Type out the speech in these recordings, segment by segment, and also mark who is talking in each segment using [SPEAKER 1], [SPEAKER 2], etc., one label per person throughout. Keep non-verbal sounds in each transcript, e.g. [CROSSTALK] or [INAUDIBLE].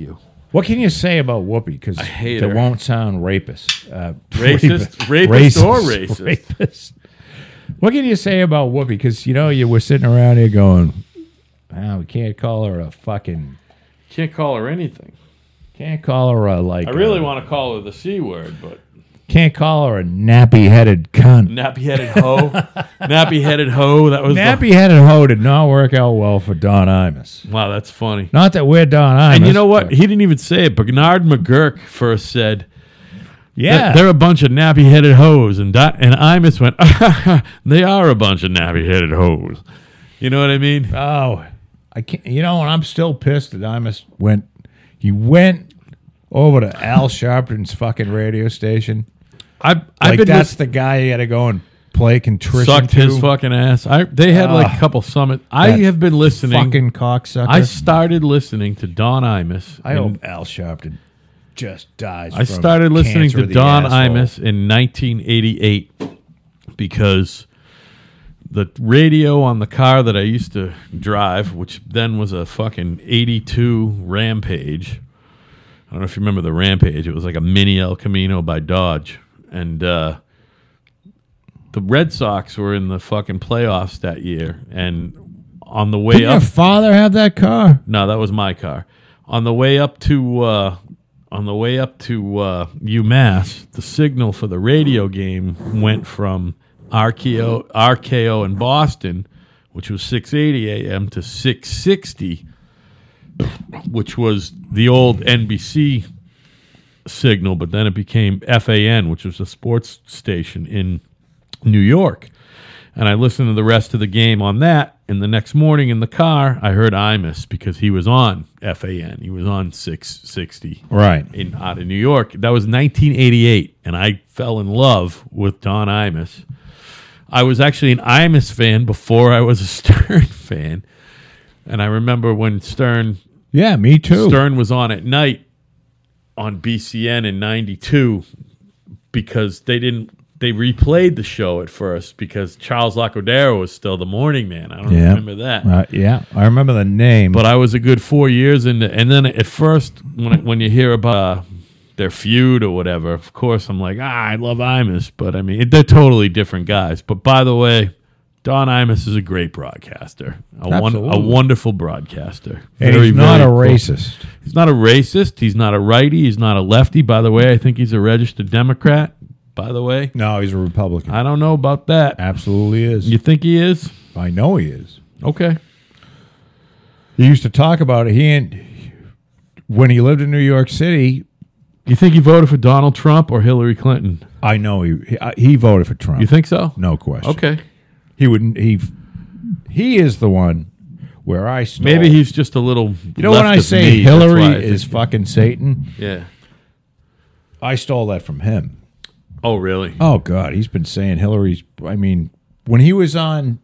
[SPEAKER 1] you.
[SPEAKER 2] What can you say about Whoopi? Because
[SPEAKER 1] I hate
[SPEAKER 2] it
[SPEAKER 1] her.
[SPEAKER 2] won't sound rapist. Uh,
[SPEAKER 1] Racist- rapist or racist?
[SPEAKER 2] rapist. What can you say about Whoopi? Because you know you were sitting around here going, "Wow, we can't call her a fucking,
[SPEAKER 1] Can't call her anything.
[SPEAKER 2] can't call her a like,
[SPEAKER 1] I really
[SPEAKER 2] a-
[SPEAKER 1] want to call her the c word, but
[SPEAKER 2] can't call her a nappy-headed cunt."
[SPEAKER 1] nappy-headed [LAUGHS] hoe, nappy-headed hoe. That was the-
[SPEAKER 2] Nappy-headed hoe did not work out well for Don Imus.
[SPEAKER 1] wow, that's funny.
[SPEAKER 2] Not that we're Don Imus,
[SPEAKER 1] And you know what?
[SPEAKER 2] but-
[SPEAKER 1] He didn't even say it. Bernard McGurk first said,
[SPEAKER 2] yeah,
[SPEAKER 1] They're a bunch of nappy headed hoes. And Di- and Imus went, [LAUGHS] They are a bunch of nappy headed hoes. You know what I mean?
[SPEAKER 2] Oh, I can't. You know, and I'm still pissed that Imus went. He went over to Al Sharpton's fucking radio station.
[SPEAKER 1] I, I've
[SPEAKER 2] Like
[SPEAKER 1] been
[SPEAKER 2] that's
[SPEAKER 1] just
[SPEAKER 2] the guy you got to go and play contrition
[SPEAKER 1] sucked
[SPEAKER 2] to.
[SPEAKER 1] his fucking ass. I They had like a couple summit. I
[SPEAKER 2] that
[SPEAKER 1] have been listening.
[SPEAKER 2] fucking cocksucker.
[SPEAKER 1] I started listening to Don Imus.
[SPEAKER 2] I
[SPEAKER 1] in-
[SPEAKER 2] hope Al Sharpton just dies.
[SPEAKER 1] I started listening to Don Imus in 1988 because the radio on the car that I used to drive, which then was a fucking 82 Rampage. I don't know if you remember the Rampage. It was like a mini El Camino by Dodge. And uh, the Red Sox were in the fucking playoffs that year. And on the way
[SPEAKER 2] Did your
[SPEAKER 1] up.
[SPEAKER 2] father have that car?
[SPEAKER 1] No, that was my car. On the way up to uh, on the way up to uh, UMass, the signal for the radio game went from RKO RKO in Boston, which was 6:80 a.m. to 6:60, which was the old NBC signal, but then it became FAN, which was a sports station in New York. And I listened to the rest of the game on that. And the next morning in the car, I heard Imus because he was on FAN. He was on 660
[SPEAKER 2] Right.
[SPEAKER 1] in out of New York. That was 1988, and I fell in love with Don Imus. I was actually an Imus fan before I was a [LAUGHS] Stern fan, and I remember when Stern
[SPEAKER 2] Yeah, me too.
[SPEAKER 1] Stern was on at night on BCN in '92 because they didn't. They replayed the show at first because Charles Lacodero was still the morning man. I don't
[SPEAKER 2] Yeah.
[SPEAKER 1] remember that.
[SPEAKER 2] Uh, yeah, I remember the name.
[SPEAKER 1] But I was a good four years into, and then at first, when I- when you hear about uh, their feud or whatever, of course I'm like, ah, I love Imus, but I mean they're totally different guys. But by the way, Don Imus is a great broadcaster, a, won- a
[SPEAKER 2] Absolutely.
[SPEAKER 1] wonderful broadcaster.
[SPEAKER 2] and he's not a
[SPEAKER 1] cool.
[SPEAKER 2] racist.
[SPEAKER 1] He's not a racist. He's not a righty. He's not a lefty. By the way, I think he's a registered Democrat. By the way,
[SPEAKER 2] No, he's a Republican.
[SPEAKER 1] I don't know about that.
[SPEAKER 2] Absolutely is.
[SPEAKER 1] You think he is?
[SPEAKER 2] I know he is.
[SPEAKER 1] Okay.
[SPEAKER 2] He used to talk about it. He and when he lived in New York City,
[SPEAKER 1] You think he voted for Donald Trump or Hillary Clinton?
[SPEAKER 2] I know he he, I- he voted for Trump.
[SPEAKER 1] You think so?
[SPEAKER 2] No question.
[SPEAKER 1] Okay.
[SPEAKER 2] He wouldn't. He he is the one where I stole.
[SPEAKER 1] Maybe he's just a little.
[SPEAKER 2] You know when I say Hillary is
[SPEAKER 1] F-
[SPEAKER 2] fucking Satan,
[SPEAKER 1] yeah.
[SPEAKER 2] I stole that from him.
[SPEAKER 1] Oh really?
[SPEAKER 2] Oh God, he's been saying Hillary's. I mean, when he was on,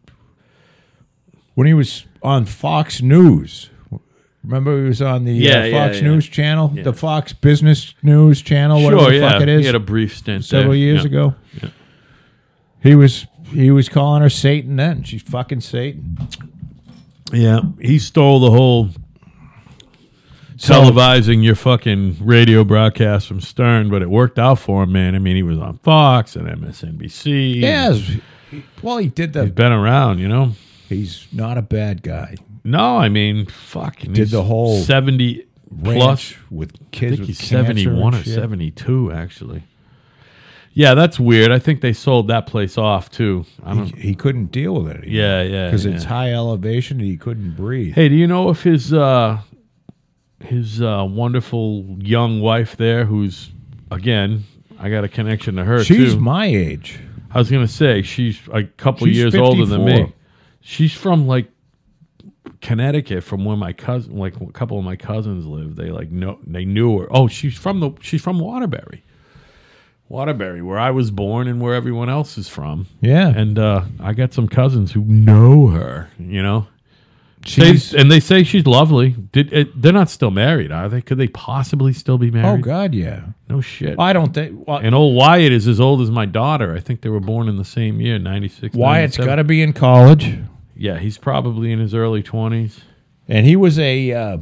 [SPEAKER 2] when he was on Fox News. Remember, he was on the
[SPEAKER 1] Yeah,
[SPEAKER 2] uh,
[SPEAKER 1] yeah,
[SPEAKER 2] Fox
[SPEAKER 1] yeah.
[SPEAKER 2] News channel, the Fox Business News channel, whatever
[SPEAKER 1] sure.
[SPEAKER 2] the
[SPEAKER 1] Yeah.
[SPEAKER 2] fuck it is.
[SPEAKER 1] He had a brief stint
[SPEAKER 2] several
[SPEAKER 1] there.
[SPEAKER 2] years
[SPEAKER 1] Yeah.
[SPEAKER 2] ago. He was he was calling her Satan then. She's fucking Satan.
[SPEAKER 1] Yeah. He stole the whole televising your fucking radio broadcast from Stern, but it worked out for him, man. I mean, he was on Fox and MSNBC.
[SPEAKER 2] Yes. Well, he did
[SPEAKER 1] He's
[SPEAKER 2] the.
[SPEAKER 1] been around, you know.
[SPEAKER 2] He's not a bad guy.
[SPEAKER 1] No, I mean, fucking
[SPEAKER 2] Did the whole
[SPEAKER 1] seventy plus.
[SPEAKER 2] Ranch with
[SPEAKER 1] I
[SPEAKER 2] kids.
[SPEAKER 1] think
[SPEAKER 2] with
[SPEAKER 1] he's
[SPEAKER 2] cancer and
[SPEAKER 1] seventy one or
[SPEAKER 2] shit.
[SPEAKER 1] seventy two, actually. Yeah, that's weird. I think they sold that place off too. I don't.
[SPEAKER 2] He couldn't deal with it.
[SPEAKER 1] Yeah, yeah.
[SPEAKER 2] Because
[SPEAKER 1] yeah.
[SPEAKER 2] it's high elevation and he couldn't breathe.
[SPEAKER 1] Hey, do you know if his uh, his uh, wonderful young wife there, who's again, I got a connection to her
[SPEAKER 2] She's
[SPEAKER 1] too.
[SPEAKER 2] my age.
[SPEAKER 1] I was gonna say she's a couple
[SPEAKER 2] She's
[SPEAKER 1] years older than
[SPEAKER 2] 54.
[SPEAKER 1] me. She's from like Connecticut, from where my cousin, like a couple of my cousins live. They like know they knew her. Oh, she's from the she's from Waterbury, Waterbury, where I was born and where everyone else is from.
[SPEAKER 2] Yeah.
[SPEAKER 1] And uh, I got some cousins who know her. You know, they,
[SPEAKER 2] she's.
[SPEAKER 1] and they say she's lovely. Did it, they're not still married, are they? Could they possibly still be
[SPEAKER 2] Oh
[SPEAKER 1] married?
[SPEAKER 2] God, yeah.
[SPEAKER 1] no shit.
[SPEAKER 2] I don't think. Well,
[SPEAKER 1] And old Wyatt is as old as my daughter. I think they were born in the same year, 96.
[SPEAKER 2] Wyatt's
[SPEAKER 1] 97.
[SPEAKER 2] got to be in college.
[SPEAKER 1] Yeah, he's probably in his early 20s.
[SPEAKER 2] and he was a uh,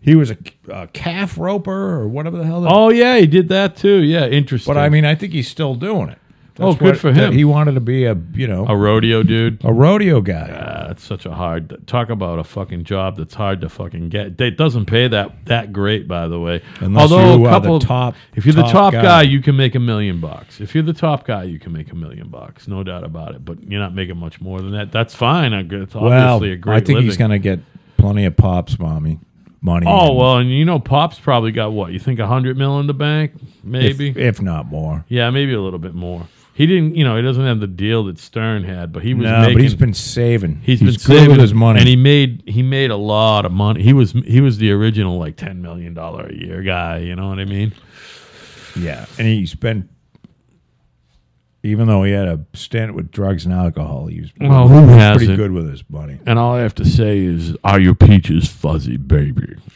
[SPEAKER 2] He was a, a calf roper or whatever the hell. That,
[SPEAKER 1] Oh yeah, he did that too. Yeah, interesting.
[SPEAKER 2] but I mean, I think he's still doing it.
[SPEAKER 1] Oh, good for
[SPEAKER 2] that
[SPEAKER 1] him.
[SPEAKER 2] He wanted to be a you know
[SPEAKER 1] a rodeo dude.
[SPEAKER 2] a rodeo guy.
[SPEAKER 1] Ah, That's such a hard talk about a fucking job that's hard to fucking get. It doesn't pay that that great, by the way.
[SPEAKER 2] Unless you are the top,
[SPEAKER 1] if you're the top guy. you can make a million bucks. If you're the top guy, you can make a million bucks, no doubt about it. But you're not making much more than that. That's fine. I gu- It's
[SPEAKER 2] well,
[SPEAKER 1] obviously a great.
[SPEAKER 2] I think he's
[SPEAKER 1] living.
[SPEAKER 2] going to get plenty of pops, mommy, money.
[SPEAKER 1] Oh
[SPEAKER 2] and
[SPEAKER 1] well, and you know, Pop's probably got what you think a hundred mil in the bank,
[SPEAKER 2] if,
[SPEAKER 1] maybe.
[SPEAKER 2] if not more.
[SPEAKER 1] yeah, maybe a little bit more. He didn't, you know, he doesn't have the deal that Stern had, but he was
[SPEAKER 2] No,
[SPEAKER 1] making.
[SPEAKER 2] but he's been saving.
[SPEAKER 1] he's been
[SPEAKER 2] good
[SPEAKER 1] saving
[SPEAKER 2] with his money.
[SPEAKER 1] and he made he made a lot of money. He was he was the original like ten million dollar a year guy. You know what I mean?
[SPEAKER 2] Yeah, and he's been, even though he had a stint with drugs and alcohol, he was
[SPEAKER 1] Well, who
[SPEAKER 2] pretty
[SPEAKER 1] hasn't?
[SPEAKER 2] good with his money.
[SPEAKER 1] And all I have to say is, "Are your peaches fuzzy, baby?"